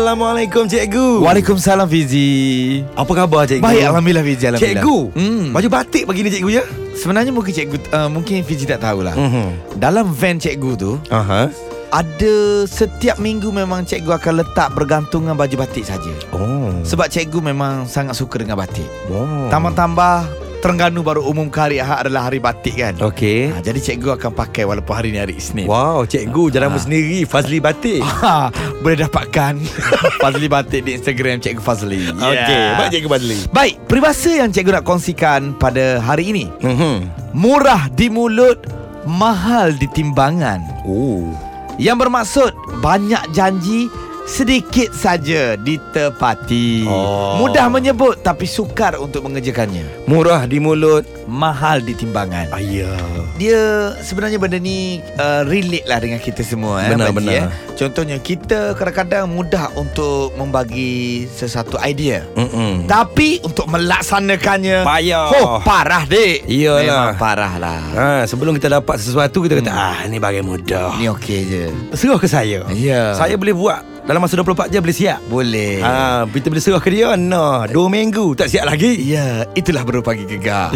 Assalamualaikum cikgu. Waalaikumsalam Fizi. Apa khabar cikgu? Baik alhamdulillah Fizi alhamdulillah. Cikgu. Hmm. Baju batik pagi ni cikgu ya? Sebenarnya mungkin cikgu uh, mungkin Fizi tak tahulah. Hmm. Dalam van cikgu tu Aha. ada setiap minggu memang cikgu akan letak bergantungan baju batik saja. Oh. Sebab cikgu memang sangat suka dengan batik. Oh. Tambah-tambah Terengganu baru umumkan hari Ahad adalah hari batik kan. Okey. Ha, jadi cikgu akan pakai walaupun hari ni hari Isnin. Wow, Ah. cikgu jalanmu sendiri Fazli Batik. Ha, boleh dapatkan Fazli Batik di Instagram Cikgu Fazli. Ya. Okey, baik cikgu Fazli. Baik, peribahasa yang cikgu nak kongsikan pada hari ini. Mhm. Hmm. Murah di mulut, mahal di timbangan. Oh. Yang bermaksud banyak janji sedikit saja ditepati. Oh. Mudah menyebut tapi sukar untuk mengerjakannya. Murah di mulut. Mahal di timbangan. Ayah. Dia sebenarnya benda ni uh, relate lah dengan kita semua eh, Benar, Pak Ji, benar. eh. Contohnya kita kadang-kadang mudah untuk membagi sesuatu idea Hmm. Mhm. Tapi untuk melaksanakannya Payah. Oh parah dek Iyalah. Memang parah lah Ha, sebelum kita dapat sesuatu kita kata, "Ah, ni barang mudah." Ni okey je Serah ke saya. Ya. Saya boleh buat dalam masa 24 jam boleh siap. Boleh Ha, kita boleh serah ke dia. Nah, 2 minggu tak siap lagi. Ya, itulah baru pagi gegar